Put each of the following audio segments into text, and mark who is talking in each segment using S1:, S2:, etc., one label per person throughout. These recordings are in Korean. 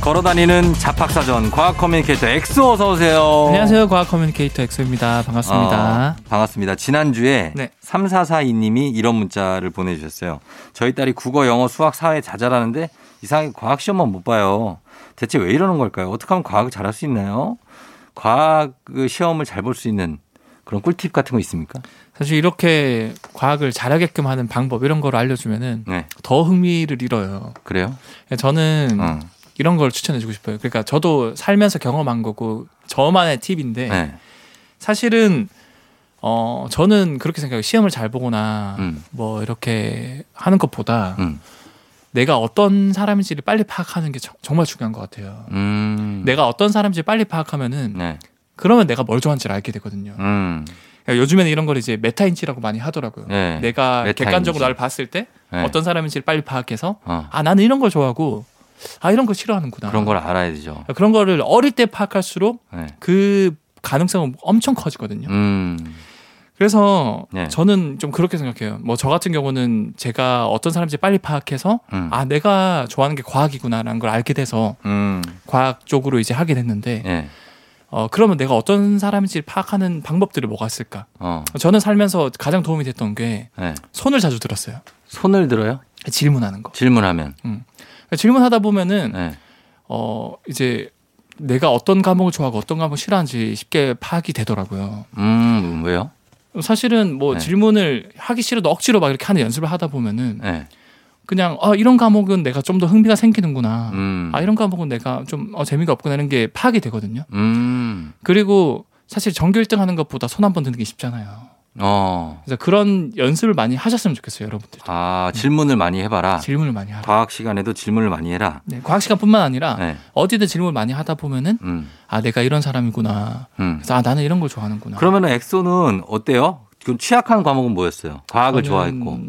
S1: 걸어다니는 자팍사전 과학 커뮤니케이터 엑소 어서 오세요.
S2: 안녕하세요. 과학 커뮤니케이터 엑소입니다. 반갑습니다.
S1: 어, 반갑습니다. 지난주에
S2: 네.
S1: 3442님이 이런 문자를 보내주셨어요. 저희 딸이 국어, 영어, 수학, 사회 자잘하는데 이상하게 과학 시험만 못 봐요. 대체 왜 이러는 걸까요? 어떻게 하면 과학을 잘할 수 있나요? 과학 그 시험을 잘 볼 수 있는 그런 꿀팁 같은 거 있습니까?
S2: 사실 이렇게 과학을 잘하게끔 하는 방법 이런 걸 알려주면은
S1: 네.
S2: 더 흥미를 잃어요. 예,
S1: 그래요?
S2: 저는
S1: 어.
S2: 이런 걸 추천해주고 싶어요. 그러니까 저도 살면서 경험한 거고 저만의 팁인데
S1: 네.
S2: 사실은 어 저는 그렇게 생각해요. 시험을 잘 보거나
S1: 음.
S2: 뭐 이렇게 하는 것보다
S1: 음.
S2: 내가 어떤 사람인지를 빨리 파악하는 게 정- 정말 중요한 것 같아요.
S1: 음.
S2: 내가 어떤 사람인지 빨리 파악하면은
S1: 네.
S2: 그러면 내가 뭘 좋아하는지를 알게 되거든요.
S1: 음.
S2: 그러니까 요즘에는 이런 걸 이제 메타인지라고 많이 하더라고요.
S1: 네.
S2: 내가
S1: 메타인지.
S2: 객관적으로 나를 봤을 때
S1: 네.
S2: 어떤 사람인지를 빨리 파악해서
S1: 어.
S2: 아 나는 이런 걸 좋아하고 아 이런 걸 싫어하는구나. 그러니까
S1: 그런 걸 알아야 되죠.
S2: 그런 거를 어릴 때 파악할수록
S1: 네.
S2: 그 가능성은 엄청 커지거든요.
S1: 음.
S2: 그래서
S1: 네.
S2: 저는 좀 그렇게 생각해요. 뭐 저 같은 경우는 제가 어떤 사람인지 빨리 파악해서
S1: 음.
S2: 아 내가 좋아하는 게 과학이구나라는 걸 알게 돼서
S1: 음.
S2: 과학 쪽으로 이제 하게 됐는데
S1: 예.
S2: 어 그러면 내가 어떤 사람인지 파악하는 방법들이 뭐가 있을까?
S1: 어.
S2: 저는 살면서 가장 도움이 됐던 게
S1: 네.
S2: 손을 자주 들었어요.
S1: 손을 들어요?
S2: 질문하는 거.
S1: 질문하면.
S2: 그러니까 질문하다 보면은
S1: 네.
S2: 어 이제 내가 어떤 과목을 좋아하고 어떤 과목을 싫어하는지 쉽게 파악이 되더라고요.
S1: 음, 왜요?
S2: 사실은 뭐
S1: 네.
S2: 질문을 하기 싫어도 억지로 막 이렇게 하는 연습을 하다 보면은
S1: 네.
S2: 그냥 아 이런 과목은 내가 좀 더 흥미가 생기는구나.
S1: 음.
S2: 아 이런 과목은 내가 좀 어, 재미가 없구나 이런 게 파악이 되거든요.
S1: 음.
S2: 그리고 사실 전교 1등 하는 것보다 손 한 번 드는 게 쉽잖아요.
S1: 어.
S2: 그래서 그런 연습을 많이 하셨으면 좋겠어요, 여러분들.
S1: 아, 질문을 많이 해봐라.
S2: 질문을 많이 하라.
S1: 과학 시간에도 질문을 많이 해라.
S2: 네, 과학 시간뿐만 아니라
S1: 네.
S2: 어디든 질문을 많이 하다 보면은
S1: 음.
S2: 아 내가 이런 사람이구나.
S1: 음.
S2: 그래서 아 나는 이런 걸 좋아하는구나.
S1: 그러면은 엑소는 어때요? 그 취약한 과목은 뭐였어요? 과학을
S2: 저는-
S1: 좋아했고.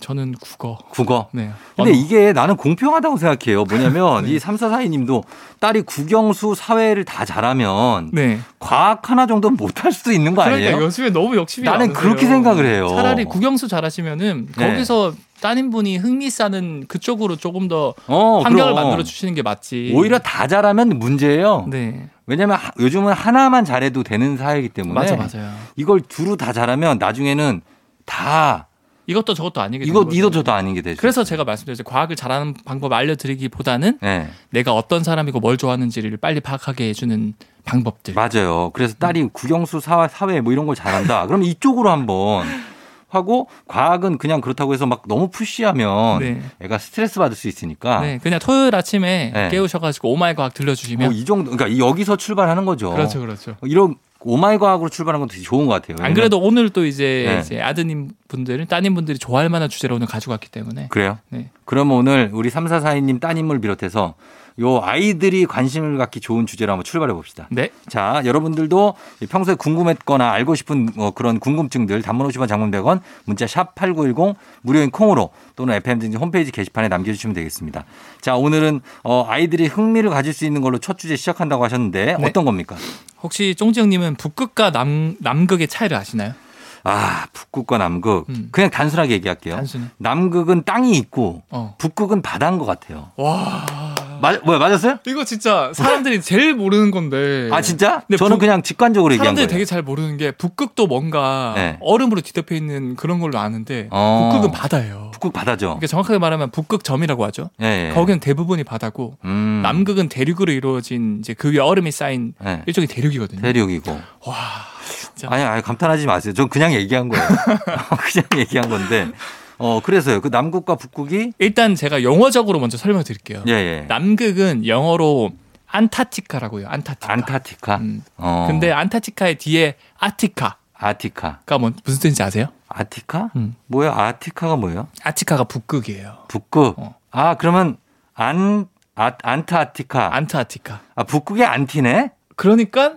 S2: 저는 국어.
S1: 국어.
S2: 네.
S1: 근데
S2: 언어.
S1: 이게 나는 공평하다고 생각해요. 뭐냐면
S2: 네.
S1: 이 3442님도 딸이 국영수 사회를 다 잘하면
S2: 네.
S1: 과학 하나 정도는 못할 수도 있는 거 아니에요?
S2: 그러니까 요즘에 너무 욕심이
S1: 나는
S2: 많으세요.
S1: 그렇게 생각을 해요.
S2: 차라리 국영수 잘하시면은
S1: 네.
S2: 거기서 따님분이 흥미 싸는 그쪽으로 조금 더
S1: 어,
S2: 환경을
S1: 그럼.
S2: 만들어 주시는 게 맞지.
S1: 오히려 다 잘하면 문제예요.
S2: 네.
S1: 왜냐면 하- 요즘은 하나만 잘해도 되는 사회이기 때문에
S2: 맞아 맞아요.
S1: 이걸 두루 다 잘하면 나중에는 다
S2: 이것도 저것도 아니게 되는
S1: 이거
S2: 거죠.
S1: 이도 저도 아닌 게 되죠.
S2: 그래서 제가 말씀드렸죠. 과학을 잘하는 방법을 알려드리기보다는
S1: 예
S2: 내가 어떤 사람이고 뭘 좋아하는지를 빨리 파악하게 해주는 방법들.
S1: 맞아요. 그래서
S2: 음.
S1: 딸이 국영수 사회, 사회 뭐 이런 걸 잘한다. 그럼 이쪽으로 한번 하고 과학은 그냥 그렇다고 해서 막 너무 푸시하면
S2: 네.
S1: 애가 스트레스 받을 수 있으니까 어,
S2: 네, 그냥 토요일 아침에
S1: 아. 네.
S2: 깨우셔가지고 오마이 과학
S1: 뭐
S2: 들려주시면
S1: 이 정도 그러니까 이- 여기서 출발하는 거죠.
S2: 그렇죠, 그렇죠.
S1: 이런 오마이 과학으로 출발하는 건 되게 좋은 것 같아요.
S2: 안 그래도 오늘 또 이제,
S1: 네.
S2: 이제 아드님 분들, 따님 분들이 좋아할 만한 주제로 오늘 가져왔기 때문에
S1: 그래요?
S2: 네.
S1: 그럼 오늘 우리 3442님 따님을 비롯해서 요 아이들이 관심을 갖기 좋은 주제로 한번 출발해 봅시다.
S2: 네,
S1: 자, 여러분들도 평소에 궁금했거나 알고 싶은 어, 그런 궁금증들 단문 50원 장문 100원 문자 샵 8910 무료인 콩으로 또는 FM 등 홈페이지 게시판에 남겨 주시면 되겠습니다. 자, 오늘은 어, 아이들이 흥미를 가질 수 있는 걸로 첫 주제 시작한다고 하셨는데
S2: 네.
S1: 어떤 겁니까?
S2: 혹시 쫑지형님은 북극과 남 남극의 차이를 아시나요?
S1: 아, 북극과 남극.
S2: 음.
S1: 그냥 단순하게 얘기할게요.
S2: 단순히.
S1: 남극은 땅이 있고
S2: 어.
S1: 북극은 바다인 것 같아요.
S2: 와,
S1: 맞, 뭐야, 맞았어요?
S2: 이거 진짜 사람들이 제일 모르는 건데.
S1: 아 진짜?
S2: 네. 근데
S1: 저는
S2: 북-
S1: 그냥 직관적으로 얘기한
S2: 사람들이
S1: 거예요.
S2: 되게 잘 모르는 게 북극도 뭔가
S1: 네.
S2: 얼음으로 뒤덮여 있는 그런 걸로 아는데
S1: 어.
S2: 북극은 바다예요.
S1: 북극 바다죠.
S2: 그러니까 정확하게 말하면 북극점이라고 하죠.
S1: 예, 예.
S2: 거기는 대부분이 바다고
S1: 음,
S2: 남극은 대륙으로 이루어진 이제 그 위에 얼음이 쌓인
S1: 예.
S2: 일종의 대륙이거든요.
S1: 대륙이고.
S2: 와, 진짜.
S1: 아니, 아니 감탄하지 마세요. 전 그냥 얘기한 거예요. 그냥 얘기한 건데. 어 그래서요. 그 남극과 북극이
S2: 일단 제가 영어적으로 먼저 설명드릴게요.
S1: 예, 예.
S2: 남극은 영어로 안타티카라고요. 안타티카.
S1: 안타티카.
S2: 음.
S1: 어.
S2: 근데 안타티카의 뒤에 아티카가
S1: 아티카.
S2: 뭔, 무슨 뜻인지 아세요?
S1: 아티카?
S2: 음.
S1: 뭐야? 아티카가 뭐예요?
S2: 아티카가 북극이에요.
S1: 북극.
S2: 어.
S1: 아 그러면 안 아, 안타티카.
S2: 안타티카.
S1: 아 북극의 안티네?
S2: 그러니까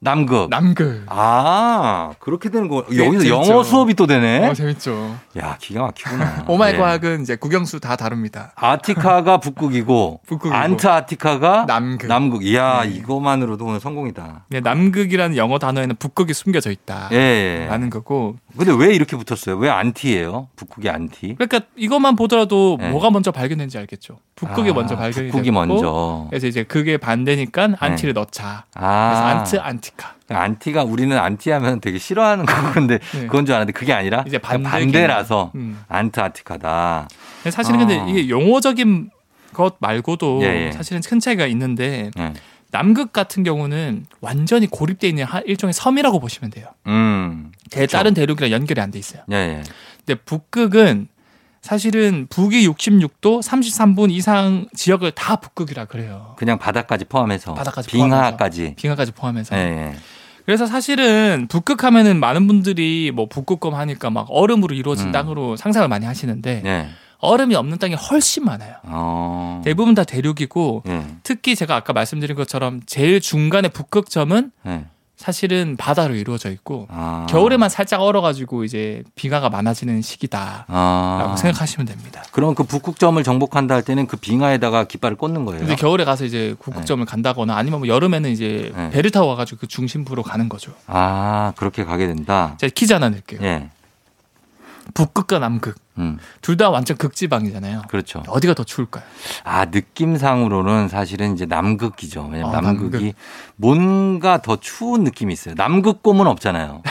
S1: 남극.
S2: 남극.
S1: 아 그렇게 되는 거.
S2: 네,
S1: 여기서
S2: 재밌죠.
S1: 영어 수업이 또 되네.
S2: 어, 재밌죠.
S1: 야 기가 막히구나.
S2: 오마이
S1: 예.
S2: 과학은 이제 국영수 다 다릅니다.
S1: 아티카가 북극이고,
S2: 북극이고.
S1: 안타아티카가
S2: 남극.
S1: 남극. 이야
S2: 네.
S1: 이거만으로도 오늘 성공이다.
S2: 네, 남극이라는 영어 단어에는 북극이 숨겨져 있다.
S1: 예, 예.
S2: 라는 거고.
S1: 근데 왜 이렇게 붙었어요? 왜 안티예요? 북극이 안티?
S2: 그러니까 이것만 보더라도
S1: 네.
S2: 뭐가 먼저 발견된지 알겠죠. 북극이
S1: 아,
S2: 먼저 발견이
S1: 북극이
S2: 됐고.
S1: 먼저. 네.
S2: 그래서 이제 그게 반대니까 안티를 넣자. 그래서
S1: 아,
S2: 안트 안티카.
S1: 안티가 우리는 안티하면 되게 싫어하는 거 근데
S2: 네.
S1: 그건 줄 알았는데 그게 아니라
S2: 이제
S1: 그냥
S2: 반대
S1: 반대라서
S2: 음.
S1: 안타아티카다.
S2: 근데 사실은
S1: 아.
S2: 근데 이게 용어적인 것 말고도
S1: 예, 예.
S2: 사실은 큰 차이가 있는데
S1: 예.
S2: 남극 같은 경우는 완전히 고립돼 있는 하- 일종의 섬이라고 보시면 돼요.
S1: 음,
S2: 대, 다른 대륙이랑 연결이 안 돼 있어요.
S1: 예, 예.
S2: 근데 북극은 사실은 북위 66도 33분 이상 지역을 다 북극이라 그래요.
S1: 그냥 바다까지 포함해서
S2: 바다까지
S1: 빙하까지.
S2: 빙하까지 포함해서.
S1: 예,
S2: 그래서 사실은 북극 하면은 많은 분들이 뭐 북극곰 하니까 막 얼음으로 이루어진
S1: 음.
S2: 땅으로 상상을 많이 하시는데
S1: 예. 예.
S2: 얼음이 없는 땅이 훨씬 많아요.
S1: 어.
S2: 대부분 다 대륙이고
S1: 예.
S2: 특히 제가 아까 말씀드린 것처럼 제일 중간에 북극점은
S1: 예.
S2: 사실은 바다로 이루어져 있고
S1: 아.
S2: 겨울에만 살짝 얼어가지고 이제 빙하가 많아지는 시기다라고
S1: 아.
S2: 생각하시면 됩니다.
S1: 그럼 그 북극점을 정복한다 할 때는 그 빙하에다가 깃발을 꽂는 거예요.
S2: 근데 겨울에 가서 이제 국극점을 간다거나 아니면 뭐 여름에는 이제
S1: 네.
S2: 배를 타고 가가지고 그 중심부로 가는 거죠.
S1: 아, 그렇게 가게 된다.
S2: 제가 퀴즈 하나 낼게요.
S1: 예. 네.
S2: 북극과 남극
S1: 음.
S2: 둘 다 완전 극지방이잖아요.
S1: 그렇죠.
S2: 어디가 더 추울까요?
S1: 아, 느낌상으로는 사실은 이제 남극이죠. 왜냐면
S2: 어,
S1: 남극이
S2: 남극.
S1: 뭔가 더 추운 느낌이 있어요. 남극곰은 없잖아요.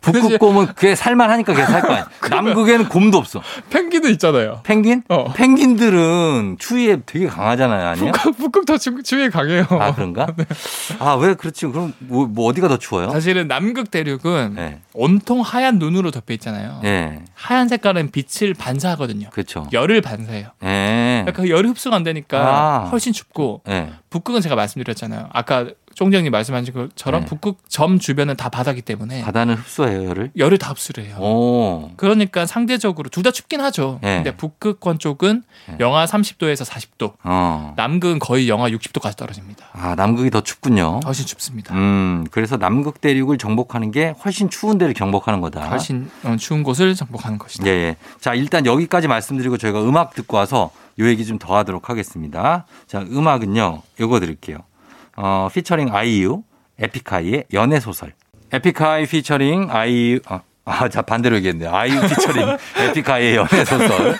S1: 북극곰은 그게 살만하니까 걔 살 거 아니야. 남극에는 곰도 없어.
S2: 펭귄은 있잖아요.
S1: 펭귄?
S2: 어.
S1: 펭귄들은 추위에 되게 강하잖아요. 아니에요?
S2: 북극, 북극 더 추, 추위에 강해요.
S1: 아, 그런가? 아, 왜 그렇지? 그럼 뭐, 뭐 어디가 더 추워요?
S2: 사실은 남극 대륙은
S1: 예.
S2: 온통 하얀 눈으로 덮여 있잖아요.
S1: 예.
S2: 하얀 색깔은 빛을 반사하거든요.
S1: 그렇죠.
S2: 열을 반사해요.
S1: 예.
S2: 그러니까 그 열이 흡수가 안 되니까
S1: 아.
S2: 훨씬 춥고
S1: 예.
S2: 북극은 제가 말씀드렸잖아요. 아까 총장님 말씀하신 것처럼
S1: 네.
S2: 북극 점 주변은 다 바다기 어. 때문에
S1: 바다는 흡수해요, 열을?
S2: 열을 다 흡수를 해요.
S1: 오.
S2: 그러니까 상대적으로 둘 다 춥긴 하죠.
S1: 네.
S2: 근데 북극권 쪽은
S1: 네.
S2: 영하 30도에서 40도,
S1: 어.
S2: 남극은 거의 영하 60도까지 떨어집니다.
S1: 아, 남극이 더 춥군요.
S2: 훨씬 춥습니다.
S1: 음, 그래서 남극 대륙을 정복하는 게 훨씬 추운 데를 정복하는 거다.
S2: 훨씬 어, 추운 곳을 정복하는 것이다.
S1: 예, 예. 자, 일단 여기까지 말씀드리고 저희가 음악 듣고 와서 요 얘기 좀 더 하도록 하겠습니다. 자, 음악은요, 요거 드릴게요. 어, 피처링 아이유, 에픽하이의 연애소설. 에픽하이 피처링 아이유, 아, 아, 자, 반대로 얘기했네요. 아이유 피처링 에픽하이의 연애소설.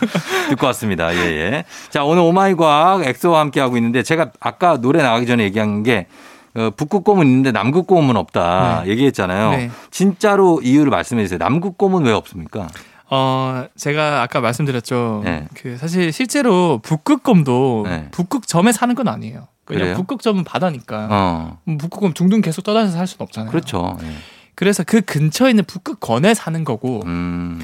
S1: 듣고 왔습니다. 예, 예. 자, 오늘 오마이과학 엑소와 함께하고 있는데 제가 아까 노래 나가기 전에 얘기한 게 어, 북극곰은 있는데 남극곰은 없다 얘기했잖아요.
S2: 네.
S1: 진짜로 이유를 말씀해 주세요. 남극곰은 왜 없습니까?
S2: 어, 제가 아까 말씀드렸죠.
S1: 네.
S2: 그 사실 실제로 북극곰도
S1: 네.
S2: 북극점에 사는 건 아니에요. 왜냐면
S1: 그래요?
S2: 북극점은 바다니까.
S1: 어.
S2: 북극곰 둥둥 계속 떠다니면서 살 수는 없잖아요.
S1: 그렇죠. 예.
S2: 그래서 그 근처에 있는 북극권에 사는 거고
S1: 음.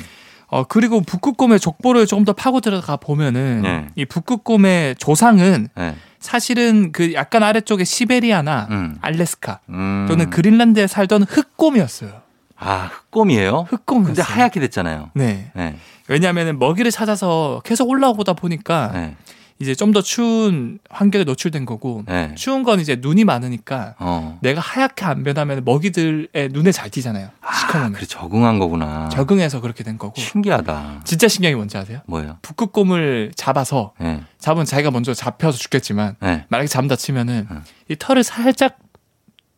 S2: 어, 그리고 북극곰의 족보를 조금 더 파고 들어가 보면은
S1: 네.
S2: 이 북극곰의 조상은
S1: 예.
S2: 사실은 그 약간 아래쪽에 시베리아나
S1: 음.
S2: 알래스카
S1: 음.
S2: 또는 그린란드에 살던 흑곰이었어요.
S1: 아, 흑곰이에요?
S2: 흑곰이었어요.
S1: 근데 하얗게 됐잖아요.
S2: 네.
S1: 예.
S2: 왜냐하면 먹이를 찾아서 계속 올라오다 보니까
S1: 예.
S2: 이제 좀 더 추운 환경에 노출된 거고
S1: 예.
S2: 추운 건 이제 눈이 많으니까
S1: 어.
S2: 내가 하얗게 안 변하면 먹이들의 눈에 잘 띄잖아요. 시커먼 면
S1: 그래 적응한 거구나.
S2: 적응해서 그렇게 된 거고
S1: 신기하다.
S2: 진짜 신기한 게 뭔지 아세요?
S1: 뭐예요?
S2: 북극곰을 잡아서
S1: 예.
S2: 잡으면 자기가 먼저 잡혀서 죽겠지만
S1: 예.
S2: 만약에 잠다 치면은
S1: 응.
S2: 이 털을 살짝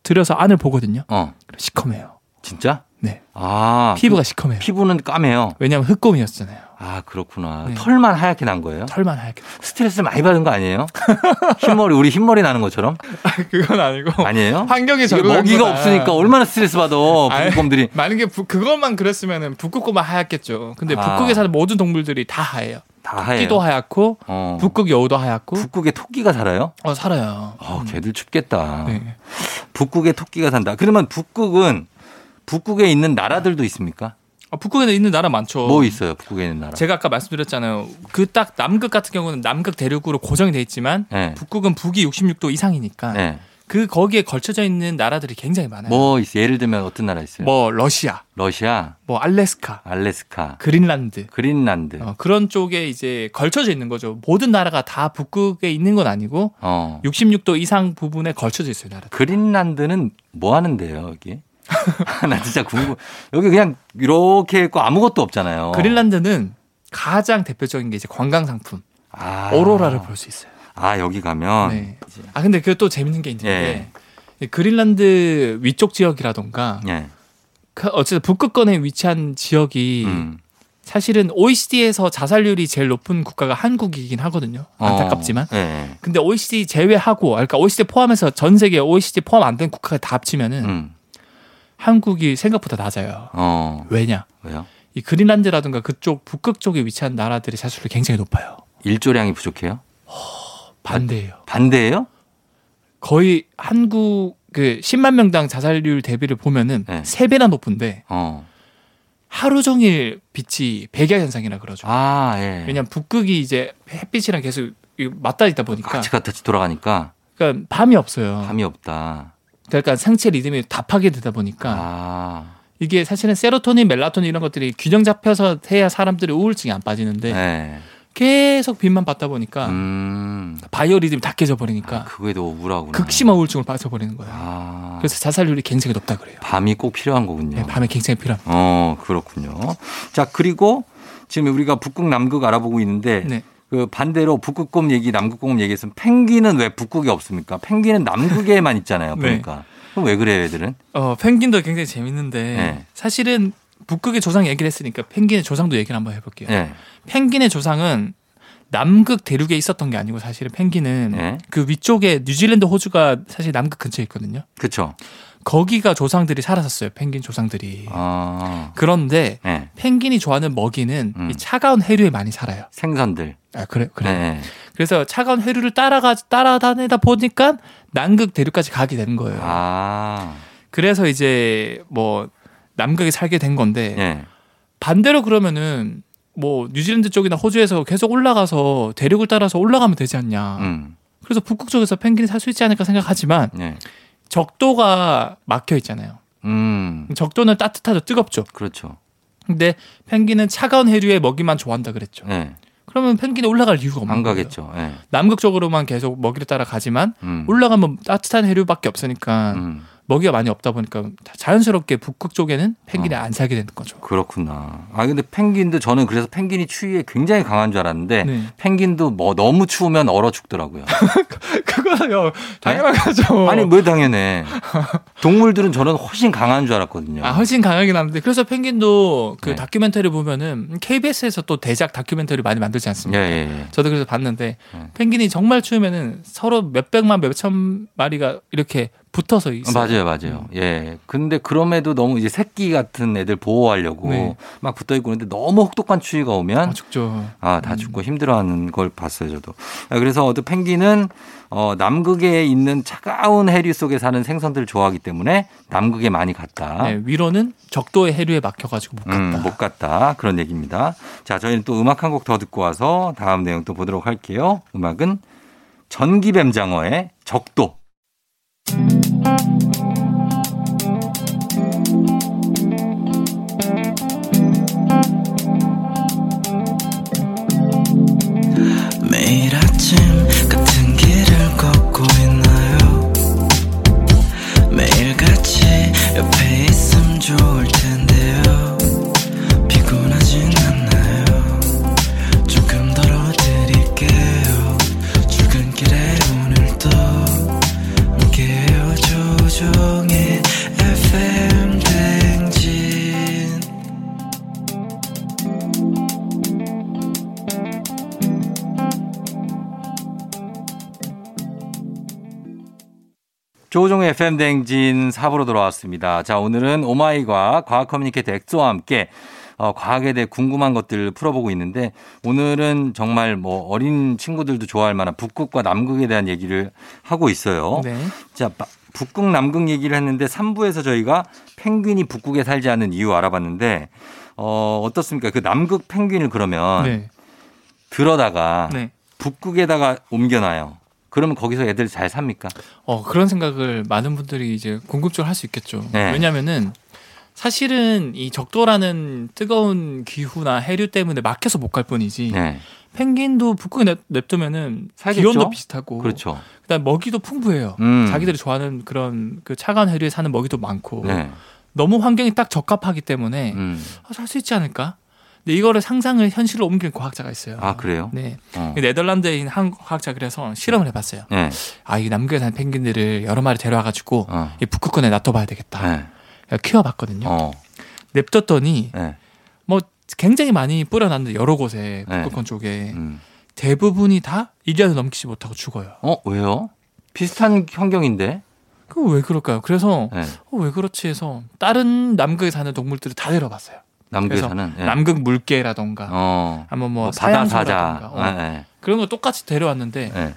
S2: 들여서 안을 보거든요.
S1: 어.
S2: 그럼 시커매요.
S1: 진짜?
S2: 네.
S1: 아.
S2: 그 피부가 시커매요.
S1: 피부는 까매요.
S2: 왜냐하면 흑곰이었잖아요.
S1: 아, 그렇구나.
S2: 네.
S1: 털만 하얗게 난 거예요?
S2: 털만 하얗게.
S1: 스트레스 많이 받은 거 아니에요? 흰머리, 우리 흰머리 나는 것처럼?
S2: 그건 아니고
S1: 아니에요?
S2: 환경이
S1: 이게 먹이가 없으니까 얼마나 스트레스 받아,
S2: 아이.
S1: 북극곰들이.
S2: 만약에 부- 그것만 그랬으면은 북극곰만 하얗겠죠. 근데
S1: 아.
S2: 북극에 사는 모든 동물들이 다 하얘요.
S1: 다
S2: 끼도
S1: 하얘요.
S2: 하얗고
S1: 어.
S2: 북극 여우도 하얗고
S1: 북극에 토끼가 살아요?
S2: 어 살아요.
S1: 어, 걔들 춥겠다.
S2: 네.
S1: 북극에 토끼가 산다. 그러면 북극은 북극에 있는 나라들도 있습니까?
S2: 어, 북극에 있는 나라 많죠.
S1: 뭐 있어요? 북극에 있는 나라.
S2: 제가 아까 말씀드렸잖아요. 그 딱 남극 같은 경우는 남극 대륙으로 고정이 돼 있지만
S1: 네.
S2: 북극은 북위 66도 이상이니까
S1: 네.
S2: 그 거기에 걸쳐져 있는 나라들이 굉장히 많아요. 뭐,
S1: 뭐 있어요? 예를 들면 어떤 나라 있어요?
S2: 러시아,
S1: 러시아,
S2: 뭐 알래스카,
S1: 알래스카,
S2: 그린란드
S1: 그린란드.
S2: 어, 그런 쪽에 이제 걸쳐져 있는 거죠. 모든 나라가 다 북극에 있는 건 아니고
S1: 어.
S2: 66도 이상 부분에 걸쳐져 있어요, 나라.
S1: 그린란드는 뭐 하는데요, 여기? 나 진짜 궁금. 여기 그냥 이렇게 있고 아무것도 없잖아요.
S2: 그린란드는 가장 대표적인 게 이제 관광 상품
S1: 아.
S2: 오로라를 볼 수 있어요.
S1: 아 여기 가면
S2: 네. 아 근데 그 또 재밌는 게 있는데 그린란드 위쪽 지역이라던가
S1: 예.
S2: 그 어쨌든 북극권에 위치한 지역이
S1: 음.
S2: 사실은 OECD에서 자살률이 제일 높은 국가가 한국이긴 하거든요. 안타깝지만.
S1: 어, 예, 예.
S2: 근데 OECD 제외하고, 그러니까 OECD 포함해서 전 세계 OECD 포함 안 된 국가가 다 합치면은
S1: 음.
S2: 한국이 생각보다 낮아요.
S1: 어.
S2: 왜냐?
S1: 왜요?
S2: 이 그린란드라든가 그쪽 북극 쪽에 위치한 나라들이 사실로 굉장히 높아요.
S1: 일조량이 부족해요?
S2: 반대예요.
S1: 반대예요?
S2: 거의 한국 그 10만 명당 자살률 대비를 보면은
S1: 네.
S2: 세 3배나 높은데
S1: 어.
S2: 하루 종일 빛이 백야 현상이라 그러죠.
S1: 아 예.
S2: 왜냐면 북극이 이제 햇빛이랑 계속 이 맞닿아 있다 보니까
S1: 같이 같이 돌아가니까
S2: 그러니까 밤이 없어요.
S1: 감이 없다.
S2: 그러니까 생체 리듬이 다 파괴되다 보니까
S1: 아.
S2: 이게 사실은 세로토닌, 멜라토닌 이런 것들이 균형 잡혀서 해야 사람들이 우울증에 안 빠지는데
S1: 예.
S2: 계속 빛만 받다 보니까
S1: 음.
S2: 바이오 리듬이 다 깨져 버리니까
S1: 아, 그거에도 우울하구나.
S2: 극심한 우울증을 빠져 버리는 거예요.
S1: 아.
S2: 그래서 자살률이 굉장히 높다 그래요.
S1: 밤이 꼭 필요한 거군요.
S2: 네, 밤에 굉장히 필요합니다.
S1: 어, 그렇군요. 자, 그리고 지금 우리가 북극 남극 알아보고 있는데
S2: 네.
S1: 그 반대로 북극곰 얘기, 남극곰 얘기했으면 펭귄은 왜 북극에 없습니까? 펭귄은 남극에만 있잖아요.
S2: 네.
S1: 보니까. 그럼 왜 그래요, 애들은?
S2: 어, 펭귄도 굉장히 재밌는데
S1: 네.
S2: 사실은 북극의 조상 얘기를 했으니까 펭귄의 조상도 얘기를 한번 해볼게요.
S1: 예.
S2: 펭귄의 조상은 남극 대륙에 있었던 게 아니고 사실은 펭귄은
S1: 예.
S2: 그 위쪽에 뉴질랜드 호주가 사실 남극 근처에 있거든요.
S1: 그렇죠.
S2: 거기가 조상들이 살았었어요. 펭귄 조상들이.
S1: 아.
S2: 그런데
S1: 예.
S2: 펭귄이 좋아하는 먹이는
S1: 음.
S2: 이 차가운 해류에 많이 살아요.
S1: 생선들.
S2: 아 그래 그래.
S1: 예.
S2: 그래서 차가운 해류를 따라가 따라다니다 보니까 남극 대륙까지 가게 된 거예요.
S1: 아.
S2: 그래서 이제 뭐 남극에 살게 된 건데
S1: 예.
S2: 반대로 그러면은 뭐 뉴질랜드 쪽이나 호주에서 계속 올라가서 대륙을 따라서 올라가면 되지 않냐.
S1: 음.
S2: 그래서 북극 쪽에서 펭귄이 살 수 있지 않을까 생각하지만
S1: 예.
S2: 적도가 막혀 있잖아요.
S1: 음.
S2: 적도는 따뜻하죠, 뜨겁죠.
S1: 그렇죠.
S2: 근데 펭귄은 차가운 해류의 먹이만 좋아한다 그랬죠.
S1: 예.
S2: 그러면 펭귄이 올라갈 이유가 없는
S1: 안
S2: 거예요.
S1: 가겠죠. 예.
S2: 남극 쪽으로만 계속 먹이를 따라 가지만
S1: 음.
S2: 올라가면 따뜻한 해류밖에 없으니까
S1: 음.
S2: 먹이가 많이 없다 보니까 자연스럽게 북극 쪽에는 펭귄이
S1: 어.
S2: 안 살게 되는 거죠.
S1: 그렇구나. 아 근데 펭귄도 저는 그래서 펭귄이 추위에 굉장히 강한 줄 알았는데
S2: 네.
S1: 펭귄도 뭐 너무 추우면 얼어 죽더라고요.
S2: 그거요 당연한 거죠.
S1: 아니 왜 당연해? 동물들은 저는 훨씬 강한 줄 알았거든요.
S2: 아, 훨씬 강하긴 한데 그래서 펭귄도 그
S1: 네.
S2: 다큐멘터리 보면은 KBS에서 또 대작 다큐멘터리 많이 만들지 않습니까?
S1: 예예. 예,
S2: 저도 그래서 봤는데
S1: 네.
S2: 펭귄이 정말 추우면은 서로 몇 백만 몇천 마리가 이렇게 붙어서
S1: 아, 맞아요,
S2: 있어요. 음.
S1: 맞아요. 예. 근데 그럼에도 너무 이제 새끼 같은 애들 보호하려고
S2: 네.
S1: 막 붙어 있고 그런데 너무 혹독한 추위가 오면
S2: 아, 죽죠.
S1: 아, 다 죽고 힘들어하는 걸 봤어요, 저도. 아, 그래서 어떤 펭귄은 어, 남극에 있는 차가운 해류 속에 사는 생선들을 좋아하기 때문에 남극에 많이 갔다.
S2: 네, 위로는 적도의 해류에 막혀가지고 못
S1: 아? 음,
S2: 갔다.
S1: 못 갔다. 그런 얘기입니다. 자, 저희는 또 음악 한 곡 더 듣고 와서 다음 내용 또 보도록 할게요. 음악은 전기뱀장어의 적도.
S3: 매일 아침 같은 길을 걷고 있나요 매일 같이 옆에 있음 좋을 텐데요 피곤하진 않나요 조금 덜어드릴게요 출근길에 오늘도 함께해요 조종의 FM 댕진
S1: 조종의 FM 댕진 4부로 돌아왔습니다. 자, 오늘은 오마이과 과학 커뮤니케이터 엑소와 함께 어, 과학에 대해 궁금한 것들을 풀어보고 있는데 오늘은 정말 뭐 어린 친구들도 좋아할 만한 북극과 남극에 대한 얘기를 하고 있어요.
S2: 네.
S1: 자, 마- 북극 남극 얘기를 했는데 3부에서 저희가 펭귄이 북극에 살지 않은 이유 알아봤는데 어, 어떻습니까? 그 남극 펭귄을 그러면
S2: 네.
S1: 들어다가
S2: 네.
S1: 북극에다가 옮겨놔요. 그러면 거기서 애들 잘 삽니까?
S2: 어, 그런 생각을 많은 분들이 이제 궁극적으로 할 수 있겠죠.
S1: 네.
S2: 왜냐면은 사실은 이 적도라는 뜨거운 기후나 해류 때문에 막혀서 못 갈 뿐이지
S1: 네.
S2: 펭귄도 북극에 냅- 냅두면은
S1: 살겠죠?
S2: 기온도 비슷하고
S1: 그렇죠.
S2: 그다음 먹이도 풍부해요.
S1: 음.
S2: 자기들이 좋아하는 그런 그 차가운 해류에 사는 먹이도 많고
S1: 네.
S2: 너무 환경이 딱 적합하기 때문에 아,
S1: 음.
S2: 살 수 있지 않을까? 근데 이거를 상상을 현실로 옮긴 과학자가 있어요.
S1: 아, 그래요?
S2: 네.
S1: 어.
S2: 네덜란드인 한 과학자 그래서 실험을 해봤어요.
S1: 네.
S2: 아, 이 남극에 사는 펭귄들을 여러 마리 데려와가지고
S1: 어.
S2: 이 북극권에 놔둬봐야 되겠다.
S1: 네.
S2: 그래서 키워봤거든요.
S1: 어.
S2: 냅뒀더니
S1: 네.
S2: 뭐 굉장히 많이 뿌려놨는데 여러 곳에
S1: 네.
S2: 북극권 쪽에
S1: 음.
S2: 대부분이 다 1년을 넘기지 못하고 죽어요.
S1: 어, 왜요? 비슷한 환경인데.
S2: 그거 왜 그럴까요? 그래서
S1: 네.
S2: 어, 왜 그렇지 해서 다른 남극에 사는 동물들을 다 데려봤어요. 그래서
S1: 남극에서는. 네.
S2: 남극 물개라던가
S1: 어.
S2: 아마 뭐,
S1: 뭐 바다 사자.
S2: 사양소라던가 어, 그런 거 똑같이 데려왔는데
S1: 네.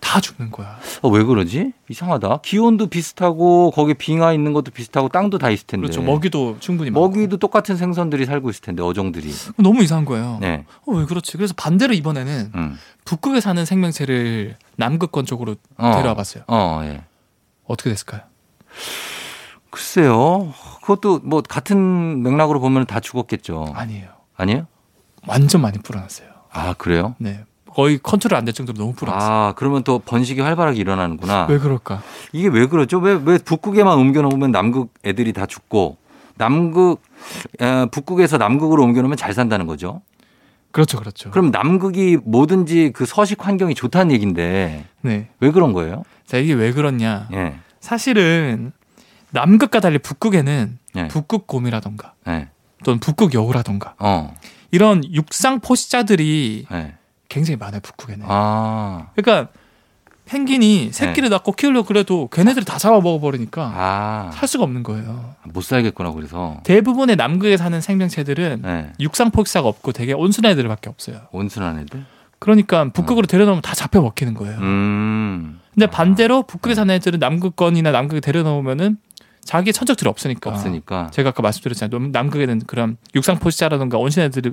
S2: 다 죽는 거야.
S1: 어, 왜 그러지? 이상하다. 기온도 비슷하고 거기 빙하 있는 것도 비슷하고 땅도 다 있을 텐데.
S2: 그렇죠. 먹이도 충분히
S1: 네.
S2: 먹고.
S1: 먹이도 똑같은 생선들이 살고 있을 텐데 어종들이.
S2: 너무 이상한 거예요.
S1: 네.
S2: 어, 왜 그렇지? 그래서 반대로 이번에는
S1: 음.
S2: 북극에 사는 생명체를 남극권 쪽으로
S1: 어.
S2: 데려와 봤어요.
S1: 어, 예.
S2: 어떻게 됐을까요?
S1: 글쎄요. 그것도 뭐 같은 맥락으로 보면 다 죽었겠죠.
S2: 아니에요.
S1: 아니에요?
S2: 완전 많이 불어났어요.
S1: 아, 그래요?
S2: 네. 거의 컨트롤 안 될 정도로 너무 불어났어요.
S1: 아, 그러면 또 번식이 활발하게 일어나는구나.
S2: 왜 그럴까?
S1: 이게 왜 그러죠? 왜, 왜 북극에만 옮겨놓으면 남극 애들이 다 죽고 남극, 에, 북극에서 남극으로 옮겨놓으면 잘 산다는 거죠?
S2: 그렇죠, 그렇죠.
S1: 그럼 남극이 뭐든지 그 서식 환경이 좋다는 얘기인데
S2: 네.
S1: 왜 그런 거예요?
S2: 자, 이게 왜 그렇냐?
S1: 예.
S2: 사실은 남극과 달리 북극에는
S1: 예.
S2: 북극곰이라던가
S1: 예.
S2: 또는 북극여우라던가
S1: 어.
S2: 이런 육상 포식자들이
S1: 예.
S2: 굉장히 많아요, 북극에는.
S1: 아. 예.
S2: 그러니까 penguin이 새끼를 낳고 키우려고 그래도 걔네들을 다 잡아먹어 버리니까
S1: 아.
S2: 살 수가 없는 거예요.
S1: 못 살겠구나, 그래서.
S2: 대부분의 남극에 사는 생명체들은
S1: 예.
S2: 육상 포식자가 없고 되게 온순한 애들밖에 없어요.
S1: 온순한 애들?
S2: 그러니까
S1: 아.
S2: 북극으로 데려놓으면 다 잡혀 먹히는 거예요.
S1: 음.
S2: 근데 반대로 북극에 사는 애들은 남극권이나 남극에 데려놓으면은 자기 천적들이 없으니까.
S1: 없으니까.
S2: 제가 아까 말씀드렸잖아요. 남- 남극에는 그런 육상 포식자라든가 온순 애들이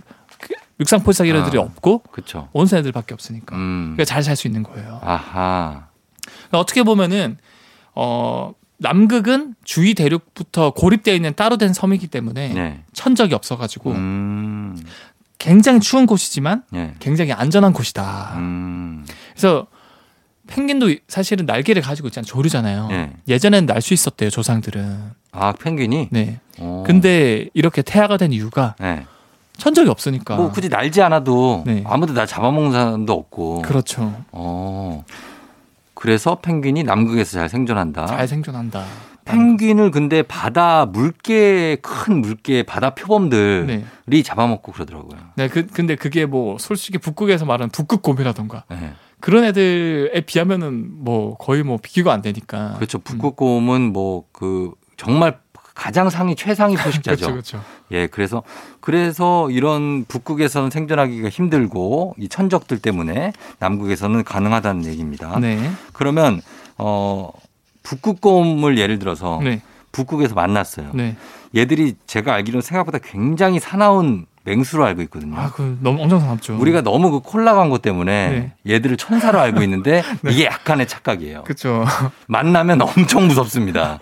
S2: 육상 포식자 이런
S1: 아.
S2: 애들이 없고
S1: 그렇죠.
S2: 온순 애들밖에 없으니까.
S1: 음.
S2: 그러니까 잘 살 수 있는 거예요.
S1: 아하.
S2: 그러니까 어떻게 보면은 어 남극은 주위 대륙부터 고립되어 있는 따로 된 섬이기 때문에
S1: 네.
S2: 천적이 없어가지고
S1: 음.
S2: 굉장히 추운 곳이지만
S1: 네.
S2: 굉장히 안전한 곳이다.
S1: 음.
S2: 그래서 펭귄도 사실은 날개를 가지고 있잖아요. 조류잖아요.
S1: 네.
S2: 예전엔 날 수 있었대요. 조상들은.
S1: 아, 펭귄이?
S2: 네.
S1: 어.
S2: 근데 이렇게 태아가 된 이유가
S1: 네.
S2: 천적이 없으니까.
S1: 뭐 굳이 날지 않아도
S2: 예. 그러니까. 네.
S1: 아무도 나 잡아먹는 사람도 없고.
S2: 그렇죠.
S1: 어. 그래서 펭귄이 남극에서 잘 생존한다.
S2: 잘 생존한다.
S1: 펭귄을 근데 바다 물개 큰 물개 바다 표범들이
S2: 네.
S1: 잡아먹고 그러더라고요.
S2: 네, 그, 근데 그게 뭐 솔직히 북극에서 말하는 북극곰이라던가
S1: 네.
S2: 그런 애들에 비하면은 뭐 거의 뭐 비교가 안 되니까.
S1: 그렇죠. 북극곰은 뭐 그 정말 가장 상위 최상위 포식자죠.
S2: 그렇죠, 그렇죠.
S1: 예, 그래서 그래서 이런 북극에서는 생존하기가 힘들고 이 천적들 때문에 남극에서는 가능하다는 얘기입니다.
S2: 네,
S1: 그러면 어 북극곰을 예를 들어서
S2: 네,
S1: 북극에서 만났어요.
S2: 네.
S1: 얘들이 제가 알기로는 생각보다 굉장히 사나운 맹수로 알고 있거든요.
S2: 아, 그 너무 엄청 사납죠.
S1: 우리가 너무 그 콜라 광고 때문에 얘들을 천사로 알고 있는데 이게 약간의 착각이에요.
S2: 네. 그렇죠.
S1: 만나면 엄청 무섭습니다.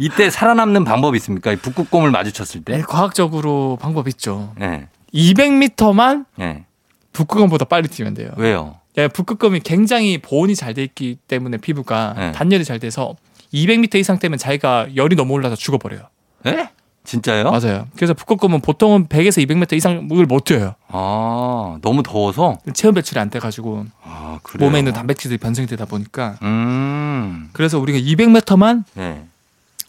S1: 이때 살아남는 방법이 있습니까? 이 북극곰을 마주쳤을
S2: 네,
S1: 때.
S2: 과학적으로 방법 있죠.
S1: 네.
S2: 200m만
S1: 네.
S2: 북극곰보다 빨리 뛰면 돼요.
S1: 왜요?
S2: 예, 북극곰이 굉장히 보온이 잘 돼 있기 때문에 피부가
S1: 네.
S2: 단열이 잘 돼서 200m 이상 되면 자기가 열이 너무 올라서 죽어버려요.
S1: 예? 진짜요?
S2: 맞아요. 그래서 북극곰은 보통은 100에서 200m 이상을 못 뛰어요.
S1: 아, 너무 더워서?
S2: 체온 배출이 안 돼가지고
S1: 아, 그래요?
S2: 몸에 있는 단백질들이 변성되다 보니까
S1: 음.
S2: 그래서 우리가 200m만
S1: 네.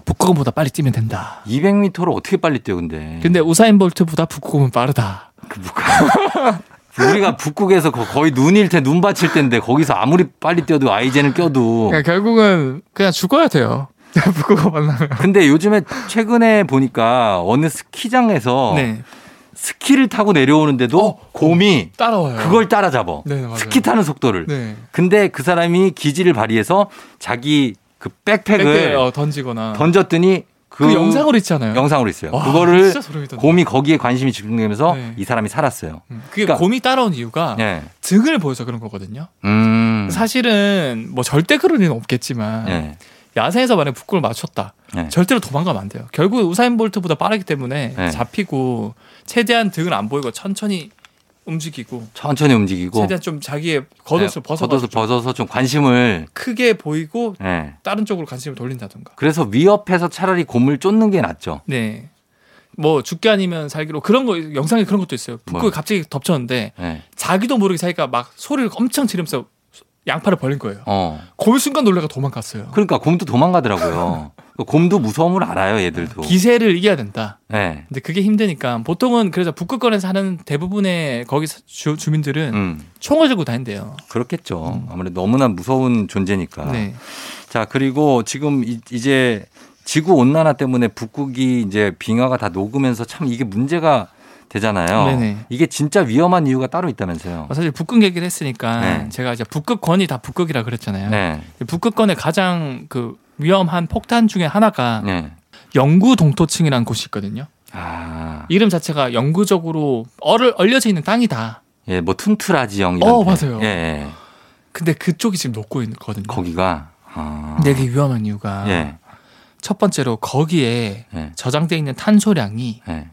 S2: 북극곰보다 빨리 뛰면 된다.
S1: 200m를 어떻게 빨리 뛰어, 근데.
S2: 근데 우사인 볼트보다 북극곰은 빠르다.
S1: 그 북- 우리가 북극에서 거- 거의 눈일 때, 눈 받칠 때인데 거기서 아무리 빨리 뛰어도 아이젠을 껴도.
S2: 그러니까 결국은 그냥 죽어야 돼요. 북극곰 만나면.
S1: 근데 요즘에 최근에 보니까 어느 스키장에서
S2: 네.
S1: 스키를 타고 내려오는데도 곰이
S2: 따라와요.
S1: 그걸 따라잡아.
S2: 어. 네, 맞아요.
S1: 스키 타는 속도를.
S2: 네.
S1: 근데 그 사람이 기지를 발휘해서 자기 그 백팩을
S2: 백을 어, 던지거나
S1: 던졌더니 그
S2: 그, 영상으로 있잖아요.
S1: 영상으로 있어요.
S2: 와,
S1: 그거를
S2: 진짜 소름이 돋네.
S1: 곰이 거기에 관심이 집중되면서
S2: 네.
S1: 이 사람이 살았어요.
S2: 음, 그게
S1: 그러니까-
S2: 곰이 따라온 이유가
S1: 예.
S2: 등을 보여서 그런 거거든요.
S1: 음.
S2: 사실은 뭐 절대 그럴 일은 없겠지만
S1: 예.
S2: 야생에서 만약 북극을 맞췄다.
S1: 예.
S2: 절대로 도망가면 안 돼요. 결국 우사인 볼트보다 빠르기 때문에
S1: 네.
S2: 잡히고 최대한 등을 안 보이고 천천히 움직이고
S1: 천천히 움직이고
S2: 최대한 좀 자기의
S1: 예,
S2: 겉옷을 벗어
S1: 겉옷을
S2: 벗어
S1: 벗어서 좀 관심을
S2: 크게 보이고
S1: 예.
S2: 다른 쪽으로 관심을 돌린다던가.
S1: 그래서 위협해서 차라리 곰을 쫓는 게 낫죠.
S2: 네. 뭐 죽기 아니면 살기로 그런 거 영상에 그런 것도 있어요. 북극이
S1: 뭐요?
S2: 갑자기 덮쳤는데
S1: 예.
S2: 자기도 모르게 자기가 막 소리를 엄청 지르면서 양팔을 벌린 거예요.
S1: 어.
S2: 그 순간 놀래가 도망갔어요.
S1: 그러니까 곰도 도망가더라고요. 그 곰도 무서움을 알아요, 얘들도.
S2: 기세를 이겨야 된다.
S1: 예.
S2: 근데 그게 힘드니까 보통은 그래서 북극권에 사는 대부분의 거기 사- 주, 주민들은
S1: 음.
S2: 총을 들고 다닌대요.
S1: 그렇겠죠. 아무래도 너무나 무서운 존재니까.
S2: 네.
S1: 자, 그리고 지금 이- 이제 지구 온난화 때문에 북극이 이제 빙하가 다 녹으면서 참 이게 문제가 되잖아요.
S2: 네네.
S1: 이게 진짜 위험한 이유가 따로 있다면서요.
S2: 어, 사실 북극 얘기를 했으니까
S1: 네.
S2: 제가 이제 북극권이 다 북극이라 그랬잖아요.
S1: 네.
S2: 북극권의 가장 그 위험한 폭탄 중에 하나가
S1: 네.
S2: 영구 동토층이라는 곳이 있거든요.
S1: 아.
S2: 이름 자체가 영구적으로 얼을 얼려져 있는 땅이다.
S1: 예, 뭐 툰투라지 형 이런
S2: 어,
S1: 데.
S2: 맞아요.
S1: 예, 예.
S2: 근데 그쪽이 지금 녹고 있거든요.
S1: 거기가 아.
S2: 근데 그게 위험한 이유가
S1: 예.
S2: 첫 번째로 거기에
S1: 예.
S2: 저장돼 있는 탄소량이
S1: 예.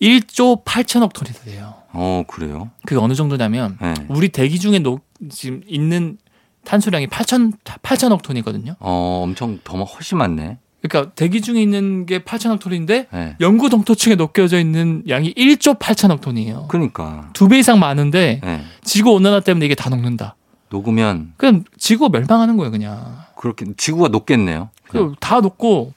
S2: 1조 8천억 톤이 돼요.
S1: 어, 그래요.
S2: 그게 어느 정도냐면
S1: 예.
S2: 우리 대기 중에 녹, 지금 있는 탄소량이 8천 8천억 톤이거든요.
S1: 어, 엄청 더 마- 훨씬 많네.
S2: 그러니까 대기 중에 있는 게 8천억 톤인데
S1: 예.
S2: 영구 동토층에 녹여져 있는 양이 1조 8천억 톤이에요.
S1: 그러니까.
S2: 두 배 이상 많은데
S1: 예.
S2: 지구 온난화 때문에 이게 다 녹는다.
S1: 녹으면
S2: 그럼 지구가 멸망하는 거예요, 그냥.
S1: 그렇게 지구가 녹겠네요.
S2: 그다 녹고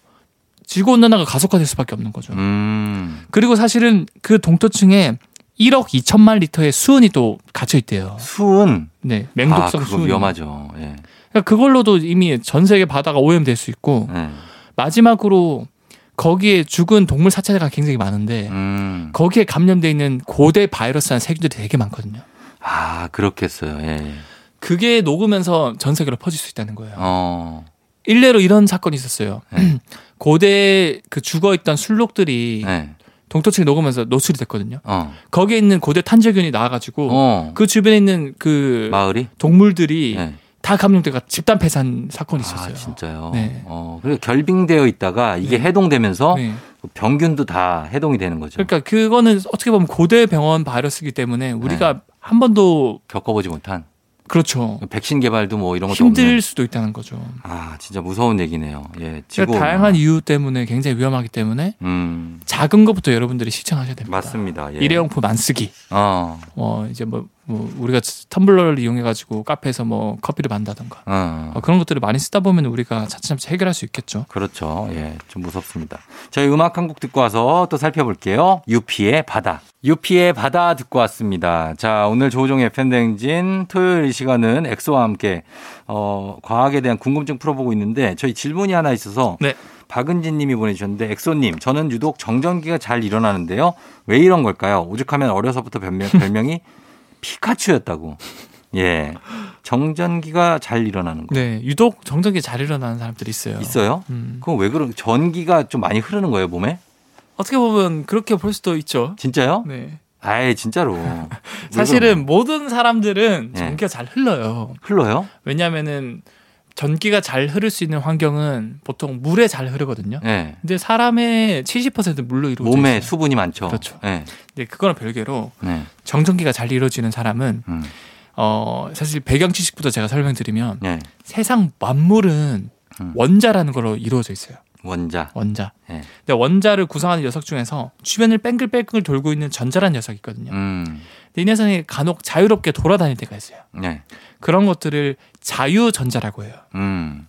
S2: 지구 온난화가 가속화될 수밖에 없는 거죠.
S1: 음.
S2: 그리고 사실은 그 동토층에 1억 2천만 리터의 수은이 또 갇혀 있대요.
S1: 수은
S2: 네, 맹독성
S1: 아, 그거
S2: 수은.
S1: 위험하죠. 예.
S2: 그러니까 그걸로도 이미 전 세계 바다가 오염될 수 있고
S1: 예.
S2: 마지막으로 거기에 죽은 동물 사체가 굉장히 많은데
S1: 음.
S2: 거기에 감염돼 있는 고대 바이러스한 세균들이 되게 많거든요.
S1: 아, 그렇겠어요. 예.
S2: 그게 녹으면서 전 세계로 퍼질 수 있다는 거예요.
S1: 어.
S2: 일례로 이런 사건이 있었어요.
S1: 네.
S2: 고대 그 죽어 있던 술록들이
S1: 예.
S2: 동토층에 녹으면서 노출이 됐거든요.
S1: 어.
S2: 거기에 있는 고대 탄저균이 나와가지고
S1: 어.
S2: 그 주변에 있는 그
S1: 마을이?
S2: 동물들이
S1: 예.
S2: 다 감염돼가 집단 폐산 사건이 있었어요.
S1: 아, 진짜요.
S2: 네.
S1: 어. 그래 결빙되어 있다가 이게
S2: 네.
S1: 해동되면서
S2: 네.
S1: 병균도 다 해동이 되는 거죠.
S2: 그러니까 그거는 어떻게 보면 고대 병원 바이러스이기 때문에 우리가
S1: 네.
S2: 한 번도
S1: 겪어보지 못한
S2: 그렇죠.
S1: 백신 개발도 뭐 이런 것도
S2: 힘들
S1: 없는.
S2: 수도 있다는 거죠.
S1: 아 진짜 무서운 얘기네요. 예, 지구
S2: 그러니까 다양한 이유 때문에 굉장히 위험하기 때문에
S1: 음
S2: 작은 것부터 여러분들이 실천하셔야 됩니다.
S1: 맞습니다. 예.
S2: 일회용품 안 쓰기.
S1: 어,
S2: 어 이제 뭐, 뭐 우리가 텀블러를 이용해 가지고 카페에서 뭐 커피를 만다던가
S1: 어.
S2: 어, 그런 것들을 많이 쓰다 보면 우리가 차츰차츰 해결할 수 있겠죠.
S1: 그렇죠. 예, 좀 무섭습니다. 저희 음악 한 곡 듣고 와서 또 살펴볼게요. 유피의 바다. 유피의 바다 듣고 왔습니다. 자, 오늘 조우종의 팬댕진 토요일 이 시간은 엑소와 함께 어, 과학에 대한 궁금증 풀어보고 있는데 저희 질문이 하나 있어서
S2: 네.
S1: 박은진 님이 보내주셨는데 엑소님, 저는 유독 정전기가 잘 일어나는데요. 왜 이런 걸까요? 오죽하면 어려서부터 별명, 별명이 피카츄였다고. 예. 정전기가 잘 일어나는 거.
S2: 네, 유독 정전기 잘 일어나는 사람들이 있어요.
S1: 있어요?
S2: 음,
S1: 그건 왜 그런 전기가 좀 많이 흐르는 거예요 몸에?
S2: 어떻게 보면 그렇게 볼 수도 있죠.
S1: 진짜요?
S2: 네.
S1: 아예 진짜로 왜 그런
S2: 사실은 모든 사람들은
S1: 네.
S2: 전기가 잘 흘러요.
S1: 거예요? 흘러요?
S2: 왜냐면은 전기가 잘 흐를 수 있는 환경은 보통 물에 잘 흐르거든요.
S1: 예
S2: 근데 사람의 70% 물로 아, 이루어져
S1: 몸에
S2: 있어요.
S1: 수분이 많죠.
S2: 그렇죠.
S1: 예.
S2: 근데 그거는 별개로
S1: 네.
S2: 정전기가 잘 이루어지는 사람은
S1: 음.
S2: 어 사실 배경 지식부터 제가 설명드리면
S1: 예.
S2: 세상 만물은
S1: 음.
S2: 원자라는 걸로 이루어져 있어요.
S1: 원자.
S2: 원자.
S1: 예.
S2: 근데 원자를 구성하는 녀석 중에서 주변을 뺑글뺑글 돌고 있는 전자라는 녀석이 있거든요.
S1: 음.
S2: 근데 이 녀석이 간혹 자유롭게 돌아다닐 때가 있어요.
S1: 예.
S2: 그런 것들을 자유전자라고 해요.
S1: 음.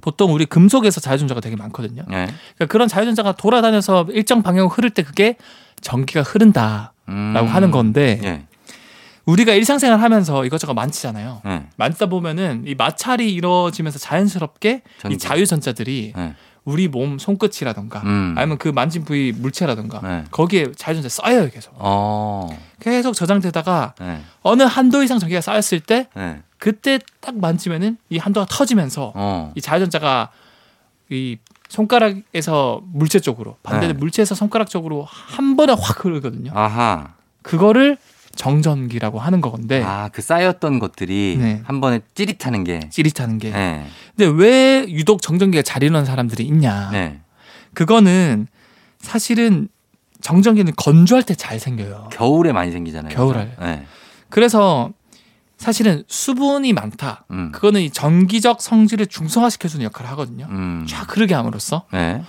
S2: 보통 우리 금속에서 자유전자가 되게 많거든요.
S1: 예.
S2: 그러니까 그런 자유전자가 돌아다녀서 일정 방향으로 흐를 때 그게 전기가 흐른다라고
S1: 음.
S2: 하는 건데
S1: 예.
S2: 우리가 일상생활 하면서 이것저것 만지잖아요.
S1: 예.
S2: 만지다 보면은 이 마찰이 이루어지면서 자연스럽게
S1: 전기.
S2: 이 자유전자들이
S1: 예.
S2: 우리 몸 손끝이라던가
S1: 음.
S2: 아니면 그 만진 부위 물체라던가
S1: 네.
S2: 거기에 자유전자 쌓여요 계속
S1: 어.
S2: 계속 저장되다가
S1: 예.
S2: 어느 한도 이상 전기가 쌓였을 때
S1: 예.
S2: 그때 딱 만지면은 이 한도가 터지면서
S1: 어.
S2: 이 자유전자가 이 손가락에서 물체 쪽으로 반대로
S1: 네.
S2: 물체에서 손가락 쪽으로 한 번에 확 흐르거든요.
S1: 아하.
S2: 그거를 정전기라고 하는 건데
S1: 아, 그 쌓였던 것들이
S2: 네.
S1: 한 번에 찌릿하는 게.
S2: 찌릿하는 게.
S1: 네.
S2: 근데 왜 유독 정전기가 잘 일어난 사람들이 있냐?
S1: 네.
S2: 그거는 사실은 정전기는 건조할 때 잘 생겨요.
S1: 겨울에 많이 생기잖아요.
S2: 겨울에.
S1: 네.
S2: 그래서 사실은 수분이 많다.
S1: 음.
S2: 그거는 이 전기적 성질을 중성화시켜주는 역할을 하거든요.
S1: 음.
S2: 쫙 흐르게 함으로써.
S1: 네.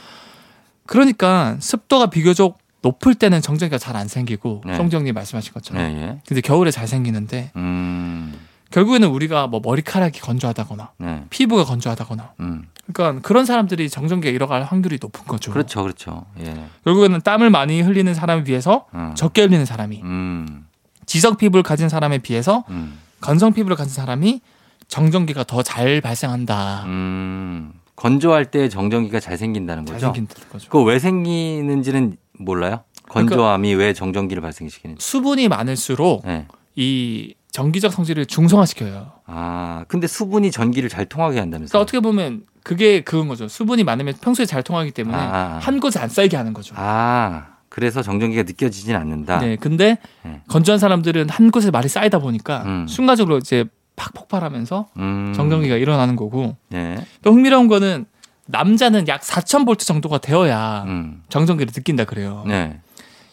S2: 그러니까 습도가 비교적 높을 때는 정전기가 잘 안 생기고
S1: 네.
S2: 송정님 말씀하신 것처럼.
S1: 네, 예.
S2: 근데 겨울에 잘 생기는데
S1: 음.
S2: 결국에는 우리가 뭐 머리카락이 건조하다거나
S1: 네.
S2: 피부가 건조하다거나
S1: 음.
S2: 그러니까 그런 사람들이 정전기에 일어갈 확률이 높은 거죠.
S1: 그렇죠. 그렇죠. 예.
S2: 결국에는 땀을 많이 흘리는 사람에 비해서
S1: 음.
S2: 적게 흘리는 사람이
S1: 음.
S2: 지성 피부를 가진 사람에 비해서
S1: 음.
S2: 건성 피부를 가진 사람이 정전기가 더 잘 발생한다.
S1: 음. 건조할 때 정전기가 잘 생긴다는
S2: 잘
S1: 거죠.
S2: 생긴다는 그러니까 거죠.
S1: 그거 왜 생기는지는 몰라요? 건조함이 왜 정전기를 발생시키는지.
S2: 수분이 많을수록
S1: 네.
S2: 이 전기적 성질을 중성화시켜요.
S1: 아, 근데 수분이 전기를 잘 통하게 한다면서요?
S2: 그러니까 어떻게 보면 그게 그건 거죠. 수분이 많으면 평소에 잘 통하기 때문에
S1: 아, 아.
S2: 한 곳에 안 쌓이게 하는 거죠.
S1: 아, 그래서 정전기가 느껴지진 않는다.
S2: 네, 근데
S1: 네.
S2: 건조한 사람들은 한 곳에 말이 쌓이다 보니까
S1: 음.
S2: 순간적으로 이제 팍 폭발하면서
S1: 음.
S2: 정전기가 일어나는 거고
S1: 네.
S2: 또 흥미로운 거는 남자는 약 4,000볼트 정도가 되어야
S1: 음.
S2: 정전기를 느낀다 그래요.
S1: 네.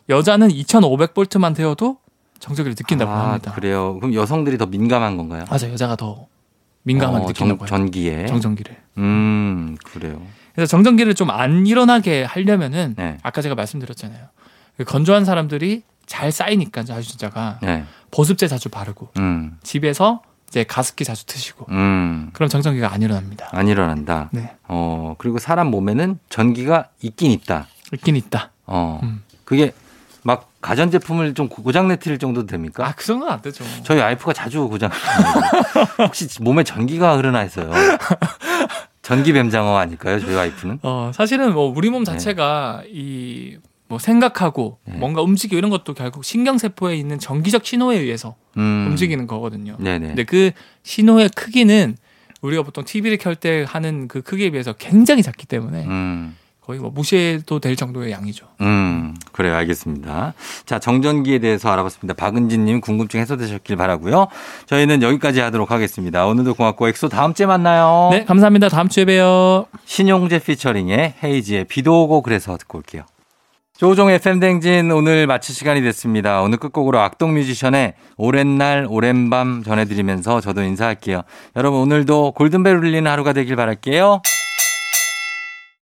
S2: 여자는 2,500볼트만 되어도 정전기를 느낀다고
S1: 아,
S2: 합니다.
S1: 그래요. 그럼 여성들이 더 민감한 건가요?
S2: 맞아, 여자가 더 민감하게
S1: 어,
S2: 느끼는
S1: 정,
S2: 거예요.
S1: 전기에.
S2: 정전기를.
S1: 음, 그래요.
S2: 그래서 정전기를 좀 안 일어나게 하려면은
S1: 네.
S2: 아까 제가 말씀드렸잖아요. 그 건조한 사람들이 잘 쌓이니까 자주자가
S1: 네.
S2: 보습제 자주 바르고
S1: 음.
S2: 집에서 이제 가습기 자주 트시고
S1: 음.
S2: 그럼 정전기가 안 일어납니다.
S1: 안 일어난다.
S2: 네,
S1: 어, 그리고 사람 몸에는 전기가 있긴 있다.
S2: 있긴 있다.
S1: 어.
S2: 음.
S1: 그게 막 가전 제품을 좀 고장 내트릴 정도 됩니까?
S2: 아그 정도는 안 되죠.
S1: 저희 와이프가 자주 고장. 혹시 몸에 전기가 흐르나 했어요. 전기 뱀장어 아닐까요? 저희 와이프는?
S2: 어 사실은 뭐 우리 몸 자체가 이 뭐 생각하고
S1: 네.
S2: 뭔가 움직이고 이런 것도 결국 신경 세포에 있는 정기적 신호에 의해서
S1: 음.
S2: 움직이는 거거든요.
S1: 네네.
S2: 근데 그 신호의 크기는 우리가 보통 TV를 켤 때 하는 그 크기에 비해서 굉장히 작기 때문에
S1: 음.
S2: 거의 뭐 무시해도 될 정도의 양이죠.
S1: 음, 그래요. 알겠습니다. 자, 정전기에 대해서 알아봤습니다. 박은진님 궁금증 해소되셨길 바라고요 저희는 여기까지 하도록 하겠습니다. 오늘도 고맙고, 엑소 다음주에 만나요.
S2: 네, 감사합니다. 다음 주에 봬요.
S1: 신용재 피처링의 헤이지의 비도 오고 그래서 듣고 올게요. 조종 FM 댕진 오늘 마칠 시간이 됐습니다. 오늘 끝곡으로 악동 뮤지션의 오랜 날, 오랜 밤 전해드리면서 저도 인사할게요. 여러분 오늘도 골든벨 울리는 하루가 되길 바랄게요.